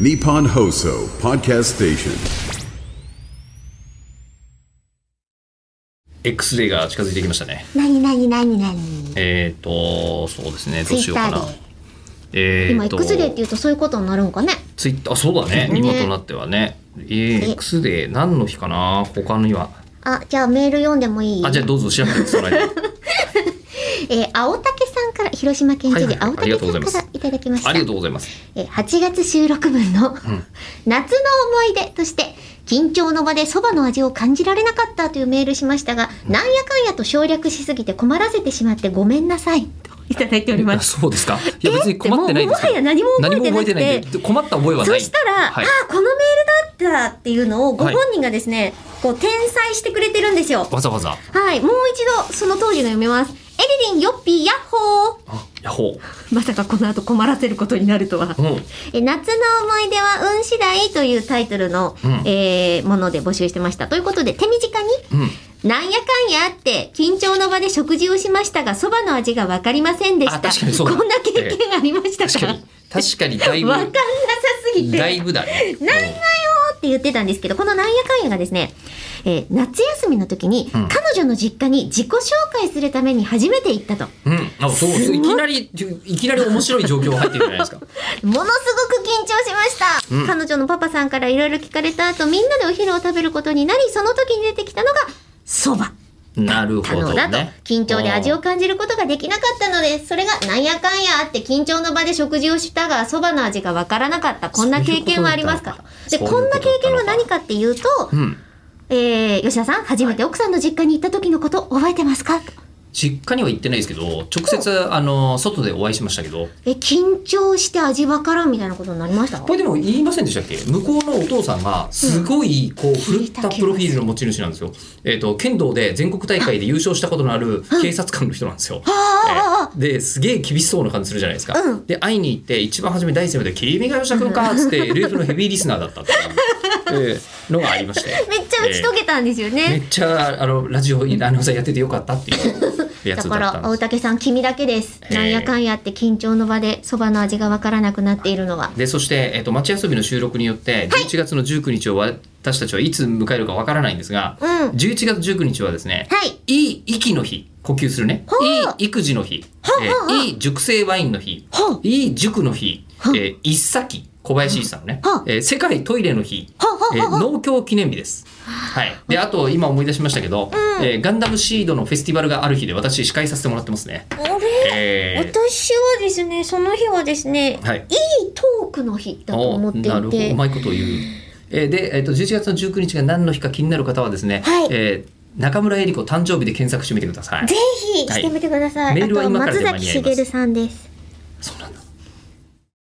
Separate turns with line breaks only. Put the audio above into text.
Nippon Hoso Podcast Station.
X デーが近づいてきましたね。
なになになになに
えっ、ー、と、そうですね。どうしようかな
Twitter。
え
今
ーと、
X デーって言うとそういうことになるんかね
ツイッター、あそうだね。
ね
今となってはね。えー、X デー、何の日かな他には。
あじゃあメール読んでもいい
あ、じゃあどうぞ調べてくださ い。
えー青竹さんから広島県知
はいは
事
いあ
青
り
竹
がとうござい
さん
ます
からいただきました
ありがとうございます。
えー8月収録分の 夏の思い出として緊張の場でそばの味を感じられなかったというメールしましたが、なんやかんやと省略しすぎて困らせてしまってごめんなさいといただいており
あ
ます。
そうですか。いや、別に困ってないんですけど。
えーってもうもはや何も覚え
何
てなくて
も覚えてないんで困った覚えはな
そ
い。
したら、
はい
ああこのメールだったっていうのをご本人がですね、こう転載してくれてるんですよ。
わざわざ。
はい、もう一度その当時の読めます。エリリンヨッピーヤッホー
あ、ヤホ
まさかこの後困らせることになるとは
ー。。うん。
え夏の思い出は運次第というタイトルの、
うん
えーもので募集してました。ということで手短に、
うん。
なんやかんやあって緊張の場で食事をしましたがそばの味がわかりませんでした。
あ確かにそうだ
こんな経験ありました
確か
か
に。確かに、だいぶ
わ、かんなさすぎて。
だいぶだね。
なんやよーって言ってたんですけど、このなんやかんやがですね、えー夏休みの時に、
うん
彼女の実家に自己紹介するために初めて行ったと。
うん。うんあ、そう。
すごい
いきなり、いきなり面白い状況が入ってるじゃないですか。
ものすごく緊張しました、
うん
彼女のパパさんからいろいろ聞かれた後、みんなでお昼を食べることになり、その時に出てきたのが、蕎麦
なる
た
ほ
の
ど
だと、
ね。
緊張で味
う
を感じることができなかったのです。それがなんやかんやあって緊張の場で食事をしたが、蕎麦の味がわからなかった。こんな経験はありますかと。
そういうこ
で、
と
こ
だ
ん
ったの
な
か
経験は何かっていうと、
ん。うん。
えー、吉田さん、初めて奥さんの実家に行った時のこと覚えてますか
実家には行ってないですけど直接あの外でお会いしましたけど
え、緊張して味わからんみたいなことになりました
これでも言いませんでしたっけ向こうのお父さんがすごいこう
聞
振
い
ったたプロフィールの持ち主なんですよ、えっと剣道で全国大会で優勝したことのある警察官の人なんですよ。
あ
えーですげえ厳しそうな感じするじゃないですか。
うん
で会いに行って一番初め第一声で「君が吉田君 か」っつってレートのヘビーリスナーだったっていうえーのがありま して
あ、めっちゃ打ち解けたんですよ
め
ね。
っちゃあのラジオアナウンサーやっててよかったっていうや
だ
つ
か
だった
ら、
んで
大
す。
竹さん、君だけです。
えー
なんやかんやって緊張の場で、蕎麦の味がわからなくなっているのは。
でそして、えっと町遊びの収録によって11月の19日を私たちはいつ迎えるかわからないんですが、
うん
11月19日はですね、
はい。
いい息の日呼吸するね
ほう
いい育児の日
ほうほうほう
えーいい熟成ワインの日
ほう
いい塾の日
ほう
えー一咲小林一さんのね
ほう
えー世界トイレの日
ほうほう
え
ほう
ー農協記念日です。はい、であと今思い出しましたけど、えーガンダムシードのフェスティバルがある日で私司会させてもらってますね。
あれ
えー
私はですね、その日はですね、、
はいい、
いトークの日だと思っていて。
おなるほどう
は
まいことを言う、えーで、えー、と11月の19日が何の日か気になる方はですね、
はい
えー中村江里子誕生日で検索してみてください
ぜひしてみてください。
はい
あ
メー
とは
ルは今から
松
でも間
崎
に合
し
います
げるさんです。